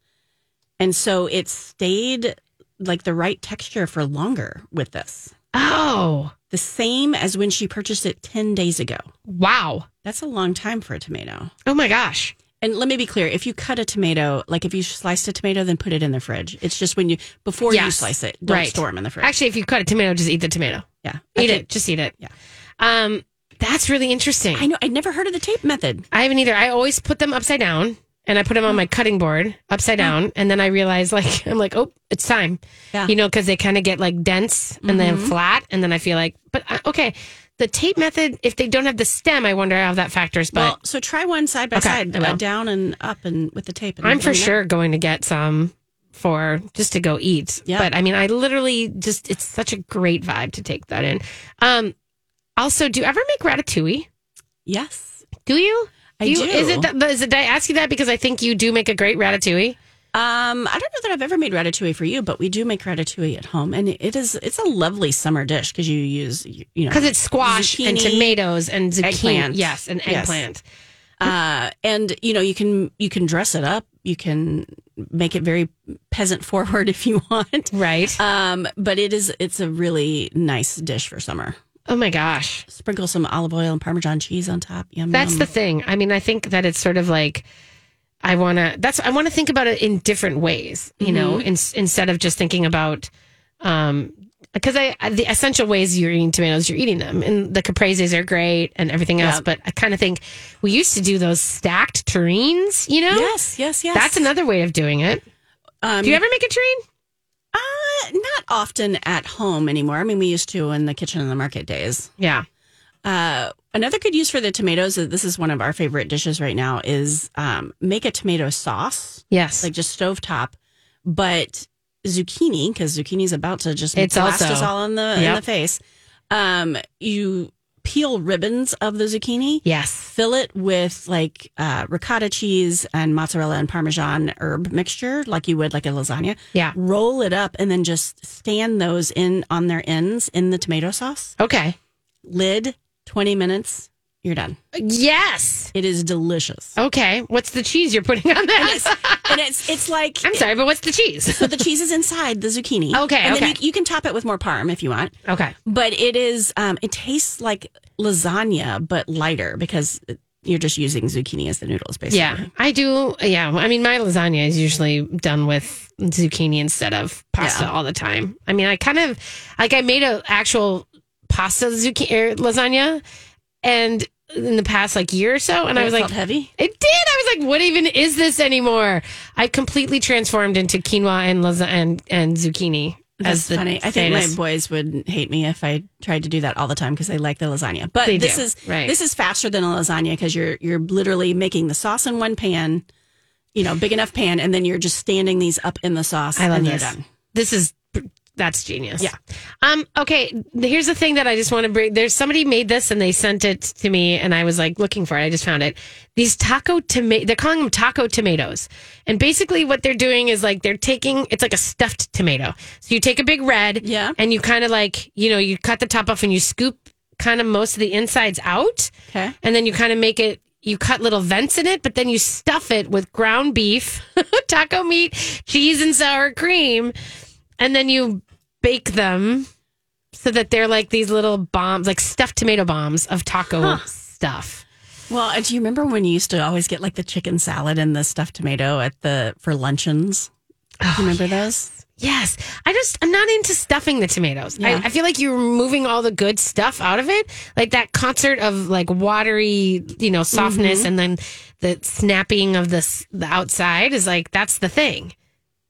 Speaker 3: and so it stayed like the right texture for longer with this.
Speaker 2: Oh.
Speaker 3: The same as when she purchased it ten days ago.
Speaker 2: Wow.
Speaker 3: That's a long time for a tomato.
Speaker 2: Oh my gosh.
Speaker 3: And let me be clear: if you cut a tomato, like if you sliced a tomato, then put it in the fridge. It's just when you before you
Speaker 2: Yes.
Speaker 3: slice it, don't
Speaker 2: Right.
Speaker 3: store them in the fridge.
Speaker 2: Actually, if you cut a tomato, just eat the tomato.
Speaker 3: yeah,
Speaker 2: Eat
Speaker 3: Okay.
Speaker 2: it. Just eat it.
Speaker 3: Yeah.
Speaker 2: Um that's really interesting.
Speaker 3: I know. I'd never heard of the tape method.
Speaker 2: I haven't either. I always put them upside down and I put them on my cutting board upside down. And then I realize, like, I'm like, oh, it's time.
Speaker 3: Yeah. Mm-hmm.
Speaker 2: You know, because they kind of get like dense and then flat. And then I feel like, but uh, okay, the tape method, if they don't have the stem, I wonder how that factors. But
Speaker 3: well, so try one side by
Speaker 2: Okay,
Speaker 3: side,
Speaker 2: I will.
Speaker 3: uh, down and up, and with the tape. And
Speaker 2: I'm
Speaker 3: let
Speaker 2: for
Speaker 3: me know.
Speaker 2: sure going to get some for just to go eat.
Speaker 3: Yeah.
Speaker 2: But I mean, I literally just, it's such a great vibe to take that in. Um, also, do you ever make ratatouille?
Speaker 3: Yes,
Speaker 2: Do you?
Speaker 3: I
Speaker 2: you,
Speaker 3: do.
Speaker 2: Is it, that, is it, did I ask you that because I think you do make a great ratatouille?
Speaker 3: Um, I don't know that I've ever made ratatouille for you, but we do make ratatouille at home, and it is it's a lovely summer dish because you use you know
Speaker 2: because it's squash and
Speaker 3: zucchini.
Speaker 2: tomatoes and zucchini.
Speaker 3: eggplant.
Speaker 2: Yes, and
Speaker 3: Yes.
Speaker 2: eggplant.
Speaker 3: uh, and you know you can you can dress it up you can make it very peasant forward if you want
Speaker 2: Right.
Speaker 3: um, but it is it's a really nice dish for summer
Speaker 2: oh my gosh,
Speaker 3: sprinkle some olive oil and parmesan cheese on top yum
Speaker 2: that's
Speaker 3: yum.
Speaker 2: the thing. I mean, I think that it's sort of like I want to. That's I want to think about it in different ways. You
Speaker 3: Mm-hmm.
Speaker 2: know, in, instead of just thinking about. um because I the essential ways you're eating tomatoes, you're eating them, and the capreses are great and everything else.
Speaker 3: Yeah.
Speaker 2: But I kind of think we used to do those stacked terrines. You know,
Speaker 3: yes yes yes
Speaker 2: that's another way of doing it.
Speaker 3: um,
Speaker 2: Do you ever make a terrine?
Speaker 3: uh, not often at home anymore i mean we used to in the kitchen and the market days
Speaker 2: Yeah.
Speaker 3: uh, another good use for the tomatoes uh, this is one of our favorite dishes right now is um, make a tomato sauce
Speaker 2: Yes.
Speaker 3: like just stovetop, but zucchini because zucchini's about to just
Speaker 2: It's
Speaker 3: blast
Speaker 2: also-
Speaker 3: us all in the in
Speaker 2: Yep.
Speaker 3: the face. Um, you peel ribbons of the zucchini,
Speaker 2: yes.
Speaker 3: fill it with like uh, ricotta cheese and mozzarella and parmesan herb mixture, like you would like a lasagna.
Speaker 2: Yeah.
Speaker 3: Roll it up and then just stand those in on their ends in the tomato sauce
Speaker 2: Okay.
Speaker 3: lid. Twenty minutes. you're done.
Speaker 2: Yes.
Speaker 3: It is delicious.
Speaker 2: Okay. What's the cheese you're putting on that?
Speaker 3: and it's it's like
Speaker 2: I'm sorry, but what's the cheese?
Speaker 3: so the cheese is inside the zucchini.
Speaker 2: Okay,
Speaker 3: And
Speaker 2: okay.
Speaker 3: then you, you can top it with more parm if you want.
Speaker 2: Okay.
Speaker 3: But it is um it tastes like lasagna but lighter because you're just using zucchini as the noodles basically.
Speaker 2: Yeah, I do. Yeah, I mean, my lasagna is usually done with zucchini instead of pasta all the time. I mean, I kind of like I made a actual pasta zucchini er, lasagna, and in the past like year or so, and I was
Speaker 3: it
Speaker 2: like,
Speaker 3: felt heavy.
Speaker 2: it did. I was like, what even is this anymore? I completely transformed into quinoa and lasagna and, and zucchini as
Speaker 3: That's
Speaker 2: the
Speaker 3: funny. I think my
Speaker 2: status.
Speaker 3: boys would hate me if I tried to do that all the time because they like the lasagna. But
Speaker 2: They
Speaker 3: this
Speaker 2: do,
Speaker 3: is
Speaker 2: right.
Speaker 3: this is faster than a lasagna because you're you're literally making the sauce in one pan, you know, big enough pan, and then you're just standing these up in the sauce.
Speaker 2: I love
Speaker 3: and
Speaker 2: this.
Speaker 3: You're done.
Speaker 2: This is that's genius.
Speaker 3: Yeah.
Speaker 2: Um. Okay. Here's the thing that I just want to bring. There's somebody made this and they sent it to me, and I was like looking for it. I just found it. These taco tomato. They're calling them taco tomatoes, and basically what they're doing is like they're taking. It's like a stuffed tomato. So you take a big red.
Speaker 3: Yeah.
Speaker 2: And you kind of like you know you cut the top off and you scoop kind of most of the insides out.
Speaker 3: Okay.
Speaker 2: And then you kind of make it, you cut little vents in it, but then you stuff it with ground beef, taco meat, cheese, and sour cream. And then you bake them so that they're like these little bombs, like stuffed tomato bombs of taco stuff.
Speaker 3: Well, and do you remember when you used to always get like the chicken salad and the stuffed tomato at the for luncheons? Do you remember those?
Speaker 2: Oh, Yes. I just, I'm not into stuffing the tomatoes.
Speaker 3: Yeah.
Speaker 2: I, I feel like you're removing all the good stuff out of it. Like that concert of like watery, you know, softness and
Speaker 3: Mm-hmm.
Speaker 2: then the snapping of the, s- the outside is like, that's the thing.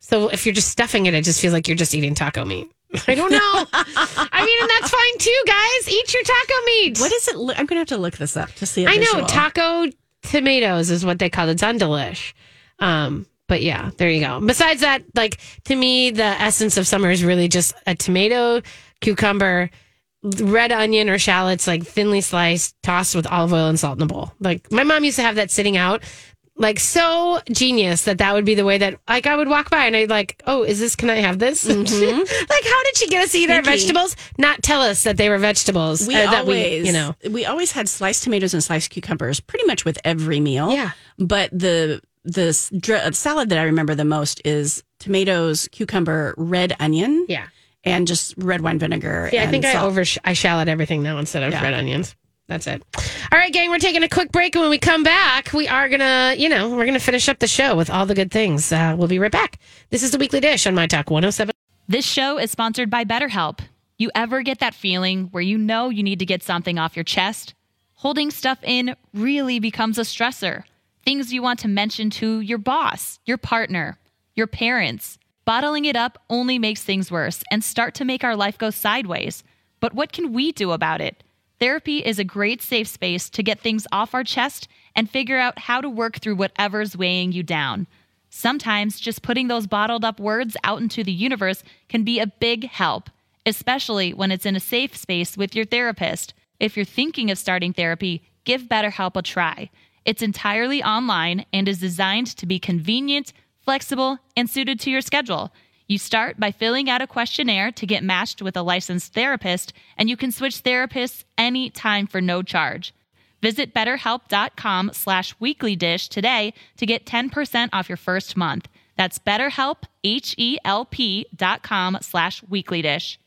Speaker 2: So if you're just stuffing it, it just feels like you're just eating taco meat. I don't know. I mean, and that's fine too, guys. Eat your taco meat.
Speaker 3: What is it? Look, I'm gonna have to look this up to see. a
Speaker 2: I know
Speaker 3: visual.
Speaker 2: taco tomatoes is what they call it. It's on Delish. Um, but yeah, there you go. Besides that, like to me, the essence of summer is really just a tomato, cucumber, red onion or shallots, like thinly sliced, tossed with olive oil and salt in a bowl. Like my mom used to have that sitting out. Like so genius that that would be the way that like I would walk by and I'd like, oh, is this? Can I have this? like, how did she get us to eat our
Speaker 3: Mm-hmm. Sneaky.
Speaker 2: vegetables? Not tell us that they were vegetables.
Speaker 3: we
Speaker 2: uh, that
Speaker 3: always,
Speaker 2: you know,
Speaker 3: we always had sliced tomatoes and sliced cucumbers pretty much with every meal.
Speaker 2: Yeah.
Speaker 3: But the the s- dr- salad that I remember the most is tomatoes, cucumber, red onion,
Speaker 2: yeah.
Speaker 3: and just red wine vinegar.
Speaker 2: Yeah, I
Speaker 3: and
Speaker 2: think I
Speaker 3: salt.
Speaker 2: over I shallot everything now instead of
Speaker 3: Yeah.
Speaker 2: red onions. That's it. All right, gang, we're taking a quick break, and when we come back, we are gonna, you know, we're gonna finish up the show with all the good things. Uh, we'll be right back. This is the Weekly Dish on My Talk 107.
Speaker 5: This show is sponsored by BetterHelp. You ever get that feeling where you know you need to get something off your chest? Holding stuff in really becomes a stressor. Things you want to mention to your boss, your partner, your parents. Bottling it up only makes things worse and start to make our life go sideways. But what can we do about it? Therapy is a great safe space to get things off our chest and figure out how to work through whatever's weighing you down. Sometimes just putting those bottled up words out into the universe can be a big help, especially when it's in a safe space with your therapist. If you're thinking of starting therapy, give BetterHelp a try. It's entirely online and is designed to be convenient, flexible, and suited to your schedule. You start by filling out a questionnaire to get matched with a licensed therapist, and you can switch therapists anytime for no charge. Visit betterhelp.com slash weeklydish today to get 10% off your first month. That's betterhelp, H-E-L-P dot com slash weeklydish.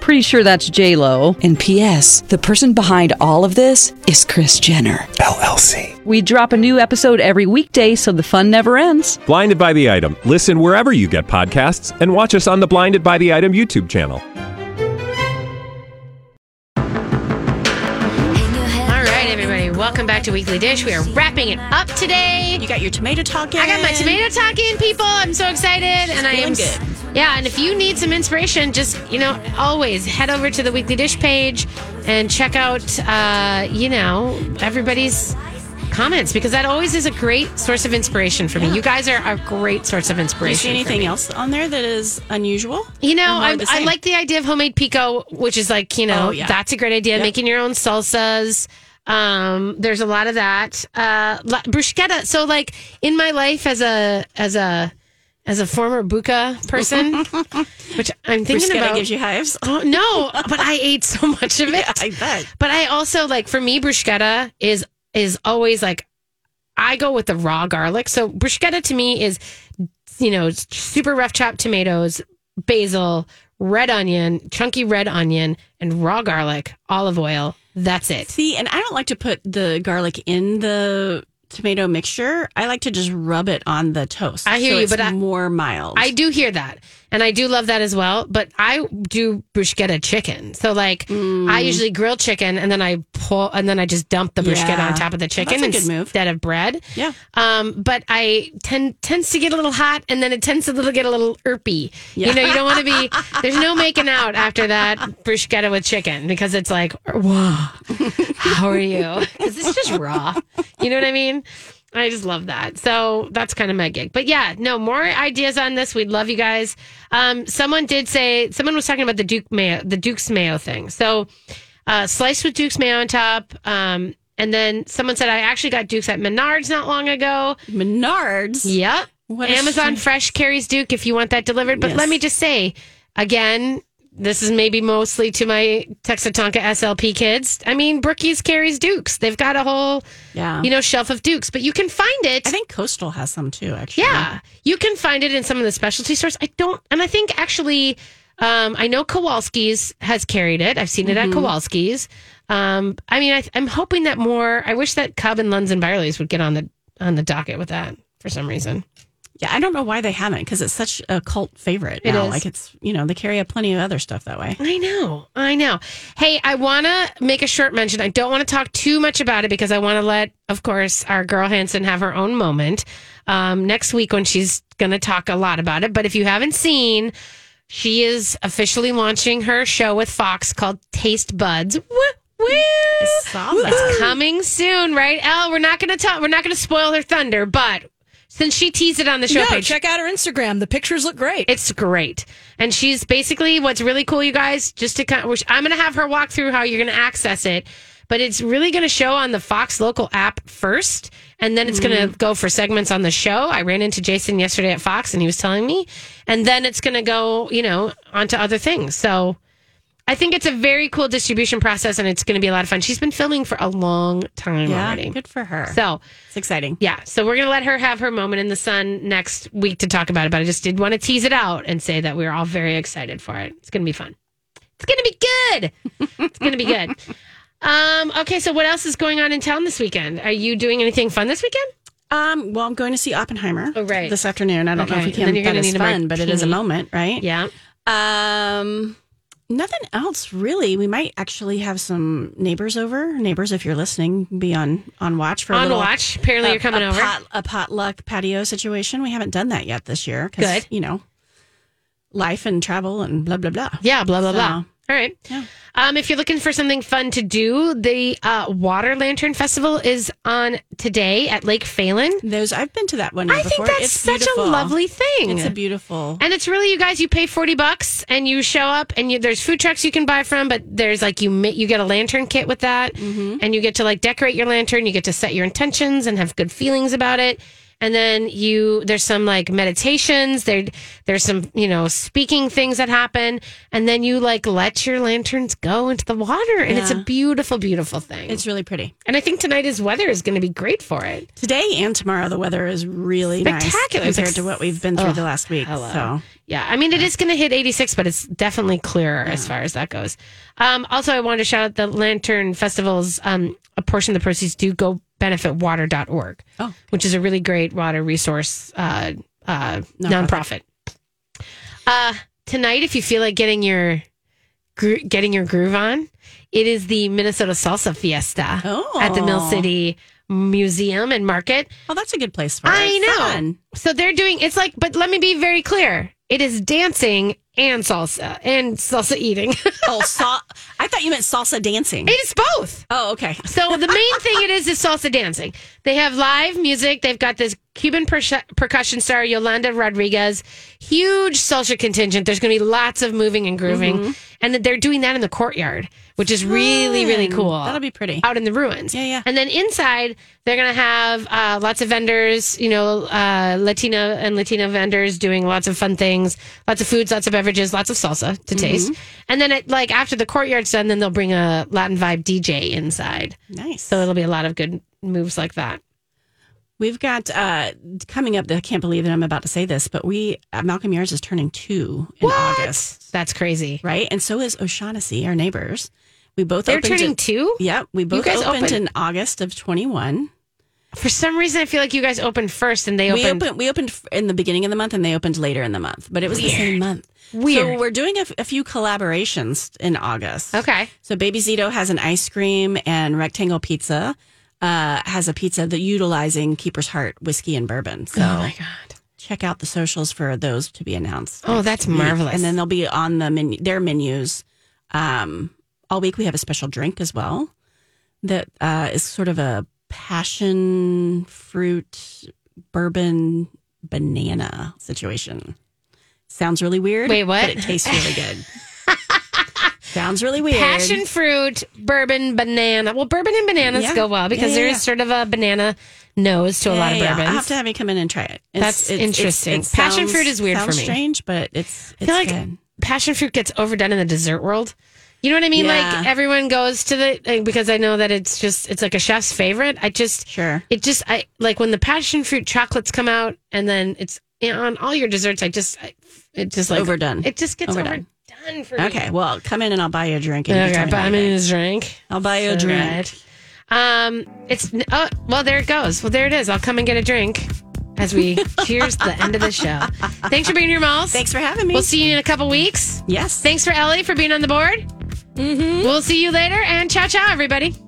Speaker 7: Pretty sure that's J Lo.
Speaker 8: And P.S. The person behind all of this is Chris Jenner.
Speaker 9: LLC.
Speaker 7: We drop a new episode every weekday, so the fun never ends.
Speaker 9: Blinded by the item. Listen wherever you get podcasts, and watch us on the Blinded by the Item YouTube channel.
Speaker 2: All right, everybody, welcome back to Weekly Dish. We are wrapping it up today.
Speaker 3: You got your tomato talking.
Speaker 2: I got my tomato talking, people. I'm so excited, and I am
Speaker 3: feeling good.
Speaker 2: Yeah, and if you need some inspiration, just you know, always head over to the Weekly Dish page and check out, uh, you know, everybody's comments because that always is a great source of inspiration for me. You guys are a great source of
Speaker 3: Do you
Speaker 2: inspiration.
Speaker 3: see
Speaker 2: for
Speaker 3: anything
Speaker 2: me.
Speaker 3: else on there that is unusual?
Speaker 2: You know,
Speaker 3: Or more
Speaker 2: I,
Speaker 3: of the
Speaker 2: I
Speaker 3: same?
Speaker 2: like the idea of homemade pico, which is like, you know,
Speaker 3: Oh, yeah.
Speaker 2: that's a great idea.
Speaker 3: Yep.
Speaker 2: Making your own salsas. Um, there's a lot of that. Uh, la- bruschetta. So like in my life as a, as a, as a former buka person, which I'm thinking
Speaker 3: bruschetta
Speaker 2: about.
Speaker 3: gives you hives.
Speaker 2: Oh, no, but I ate so much of it.
Speaker 3: I bet.
Speaker 2: But I also like for me bruschetta is is always like I go with the raw garlic. So bruschetta to me is you know super rough chopped tomatoes, basil, red onion, chunky red onion, and raw garlic, olive oil. That's it.
Speaker 3: See, and I don't like to put the garlic in the tomato mixture. I like to just rub it on the toast.
Speaker 2: I hear
Speaker 3: so
Speaker 2: you,
Speaker 3: it's
Speaker 2: but I-
Speaker 3: more mild.
Speaker 2: I do hear that. And I do love that as well. But I do bruschetta chicken. So like I
Speaker 3: Mm.
Speaker 2: usually grill chicken and then I pull and then I just dump the bruschetta
Speaker 3: Yeah.
Speaker 2: on top of the
Speaker 3: Well,
Speaker 2: chicken
Speaker 3: that's a good move.
Speaker 2: instead of bread.
Speaker 3: yeah.
Speaker 2: Um, but I tend tends to get a little hot, and then it tends to little, get a little irpy. You
Speaker 3: Yeah.
Speaker 2: know, you don't want to be. There's no making out after that bruschetta with chicken because it's like, whoa, how are you? Because it's just raw. You know what I mean? I just love that. So that's kind of my gig. But yeah, no more ideas on this. We'd love you guys. Um, someone did say someone was talking about the Duke mayo, the Duke's mayo thing. So uh, sliced with Duke's mayo on top. Um, and then someone said I actually got Duke's at Menards not long ago.
Speaker 3: Menards.
Speaker 2: Yep.
Speaker 3: What a
Speaker 2: Amazon
Speaker 3: sh-
Speaker 2: Fresh carries Duke if you want that delivered. But
Speaker 3: Yes.
Speaker 2: let me just say again, this is maybe mostly to my Texatonka SLP kids. I mean, Brookies carries Dukes. They've got a whole,
Speaker 3: Yeah.
Speaker 2: you know, shelf of Dukes, but you can find it.
Speaker 3: I think Coastal has some too, actually.
Speaker 2: yeah, you can find it in some of the specialty stores. I don't, and I think actually, um, I know Kowalski's has carried it. I've seen it
Speaker 3: Mm-hmm.
Speaker 2: at Kowalski's. Um, I mean, I, I'm hoping that more. I wish that Cobb and Lunds and Byerly's would get on the on the docket with that for some reason.
Speaker 3: Yeah. I don't know why they haven't because it's such a cult favorite
Speaker 2: It
Speaker 3: now.
Speaker 2: is.
Speaker 3: Like it's, you know, they carry up plenty of other stuff that way.
Speaker 2: I know. I know. Hey, I want to make a short mention. I don't want to talk too much about it because I want to let, of course, our girl Hanson have her own moment um, next week when she's going to talk a lot about it. But if you haven't seen, she is officially launching her show with Fox called Taste Buds. Woo! Woo!
Speaker 3: saw
Speaker 2: It's
Speaker 3: that.
Speaker 2: coming soon, right? Elle, we're not going to tell, we're not going to spoil her thunder, but since she teased it on the show
Speaker 10: No,
Speaker 2: page,
Speaker 10: check out her Instagram. The pictures look great.
Speaker 2: it's great. And she's basically what's really cool, you guys, just to kind of, which I'm going to have her walk through how you're going to access it, but it's really going to show on the Fox local app first. And then it's going
Speaker 3: Mm-hmm.
Speaker 2: to go for segments on the show. I ran into Jason yesterday at Fox and he was telling me. And then it's going to go, you know, onto other things. So I think it's a very cool distribution process and it's going to be a lot of fun. She's been filming for a long time
Speaker 3: Yeah.
Speaker 2: already.
Speaker 3: Good for her.
Speaker 2: So
Speaker 3: it's exciting.
Speaker 2: yeah, so we're gonna let her have her moment in the sun next week to talk about it. But I just did want to tease it out and say that we're all very excited for it. It's gonna be fun. It's gonna be good. it's gonna be good. Um, okay, so what else is going on in town this weekend? Are you doing anything fun this weekend?
Speaker 3: Um, well, I'm going to see Oppenheimer
Speaker 2: Oh, right.
Speaker 3: this afternoon. I don't know
Speaker 2: Okay.
Speaker 3: if we
Speaker 2: And then
Speaker 3: can.
Speaker 2: you're
Speaker 3: That
Speaker 2: gonna
Speaker 3: is
Speaker 2: need a
Speaker 3: fun, but it is a
Speaker 2: martini.
Speaker 3: moment, right?
Speaker 2: Yeah.
Speaker 3: Um, nothing else really. We might actually have some neighbors over. Neighbors, if you're listening, be on on watch for a
Speaker 2: On
Speaker 3: little,
Speaker 2: watch. Apparently
Speaker 3: a-
Speaker 2: you're coming
Speaker 3: a
Speaker 2: over.
Speaker 3: pot- a potluck patio situation. We haven't done that yet this year. 'cause,
Speaker 2: Good.
Speaker 3: You know, life and travel and blah blah blah.
Speaker 2: Yeah, blah blah blah.
Speaker 3: So-
Speaker 2: All right. Um, if you're looking for something fun to do, the uh, Water Lantern Festival is on today at Lake Phelan.
Speaker 3: Those I've been to that one.
Speaker 2: I
Speaker 3: before.
Speaker 2: think that's
Speaker 3: It's
Speaker 2: such a
Speaker 3: beautiful.
Speaker 2: lovely thing.
Speaker 3: It's a beautiful.
Speaker 2: And it's really you guys. You pay forty bucks and you show up, and you, there's food trucks you can buy from. But there's like you ma- you get a lantern kit with that,
Speaker 3: Mm-hmm.
Speaker 2: and you get to like decorate your lantern. You get to set your intentions and have good feelings about it. And then you there's some like meditations. There there's some you know speaking things that happen, and then you like let your lanterns go into the water, and it's a
Speaker 3: Yeah.
Speaker 2: beautiful, beautiful thing.
Speaker 3: It's really pretty.
Speaker 2: and I think tonight's weather is going to be great for it.
Speaker 3: Today and tomorrow, the weather is really
Speaker 2: Spectacular. It's
Speaker 3: nice
Speaker 2: like-
Speaker 3: compared to what we've been through the last week. So
Speaker 2: Yeah, I mean, it is going to hit 86, but it's definitely clearer as far as that goes. Um, also, I wanted to shout out the Lantern Festival's um, a portion of the proceeds do go benefit water.org,
Speaker 3: Oh, okay.
Speaker 2: which is a really great water resource uh, uh, nonprofit. Uh, tonight, if you feel like getting your gro- getting your groove on, it is the Minnesota Salsa Fiesta
Speaker 3: Oh.
Speaker 2: at the Mill City Museum and Market.
Speaker 3: Well, that's a good place for it.
Speaker 2: I know.
Speaker 3: Fun.
Speaker 2: So they're doing it's like, but let me be very clear. It is dancing and salsa and salsa eating.
Speaker 3: oh, sal- I thought you meant salsa dancing.
Speaker 2: It is both.
Speaker 3: Oh, okay.
Speaker 2: So the main thing it is is salsa dancing. They have live music. They've got this Cuban percus- percussion star Yolanda Rodriguez, huge salsa contingent. There's going to be lots of moving and grooving,
Speaker 3: Mhm.
Speaker 2: and that they're doing that in the courtyard, which is really really
Speaker 3: Fun.
Speaker 2: cool.
Speaker 3: That'll be pretty.
Speaker 2: out in the ruins. Yeah, yeah. And then inside they're going to have uh, lots of vendors. You know, uh, Latina and Latino vendors doing lots of fun things, lots of foods, lots of beverages, lots of salsa to taste.
Speaker 3: Mhm.
Speaker 2: And then it, like after the courtyard's done, then they'll bring a Latin vibe DJ inside.
Speaker 3: Nice.
Speaker 2: So it'll be a lot of good moves like that.
Speaker 3: We've got uh, coming up. I can't believe that I'm about to say this, but we uh, Malcolm Yards is turning two in August.
Speaker 2: That's crazy,
Speaker 3: right? And so is O'Shaughnessy, our neighbors. We both
Speaker 2: They're
Speaker 3: opened
Speaker 2: turning
Speaker 3: in-
Speaker 2: two?
Speaker 3: Yep, we
Speaker 2: You
Speaker 3: both
Speaker 2: guys
Speaker 3: opened
Speaker 2: opened-
Speaker 3: in August of 21.
Speaker 2: For some reason, I feel like you guys opened first and they
Speaker 3: we
Speaker 2: opened.
Speaker 3: opened we opened f- in the beginning of the month and they opened later in the month, but it was the same
Speaker 2: Weird.
Speaker 3: month.
Speaker 2: Weird.
Speaker 3: So we're doing a, f- a few collaborations in August.
Speaker 2: Okay.
Speaker 3: So Baby Zito has an ice cream and rectangle pizza. Uh, has a pizza that utilizing Keeper's Heart whiskey and bourbon. So
Speaker 2: Oh my god!
Speaker 3: Check out the socials for those to be announced.
Speaker 2: Oh,
Speaker 3: next
Speaker 2: that's
Speaker 3: week.
Speaker 2: marvelous.
Speaker 3: And then they'll be on the menu, their menus um, all week. We have a special drink as well that uh, is sort of a passion fruit bourbon banana situation. Sounds really weird.
Speaker 2: Wait, what?
Speaker 3: But it tastes really good. Sounds really weird.
Speaker 2: Passion fruit, bourbon, banana. Well, bourbon and bananas
Speaker 3: Yeah.
Speaker 2: go well because
Speaker 3: Yeah, yeah,
Speaker 2: there is
Speaker 3: yeah.
Speaker 2: sort of a banana nose to a lot of
Speaker 3: Yeah, yeah, yeah.
Speaker 2: bourbons.
Speaker 3: I'll have to have you come in and try it.
Speaker 2: That's interesting. Passion fruit is weird for
Speaker 3: sounds
Speaker 2: me.
Speaker 3: Strange, but it's.
Speaker 2: I
Speaker 3: it's
Speaker 2: feel like
Speaker 3: good.
Speaker 2: passion fruit gets overdone in the dessert world. You know what I mean? Like
Speaker 3: Yeah.
Speaker 2: everyone goes to the like, because I know that it's just it's like a chef's favorite. I just
Speaker 3: sure
Speaker 2: it just I like when the passion fruit chocolates come out and then it's on all your desserts. I just I, it just like
Speaker 3: Overdone.
Speaker 2: It just gets overdone,
Speaker 3: Overdone.
Speaker 2: for me.
Speaker 3: Okay, well, come in and I'll buy you a drink. And you
Speaker 2: Okay,
Speaker 3: can
Speaker 2: but
Speaker 3: tell me
Speaker 2: I'm
Speaker 3: what you
Speaker 2: in
Speaker 3: think.
Speaker 2: his drink.
Speaker 3: I'll buy you a
Speaker 2: So
Speaker 3: drink.
Speaker 2: good. Um, it's oh well, there it goes. Well, there it is. I'll come and get a drink as we cheers to the end of the show. Thanks for being here, Malls.
Speaker 3: Thanks for having me.
Speaker 2: We'll see you in a couple weeks.
Speaker 3: Yes.
Speaker 2: Thanks for Ellie for being on the board. Mm-hmm. We'll see you later, and ciao, ciao, everybody.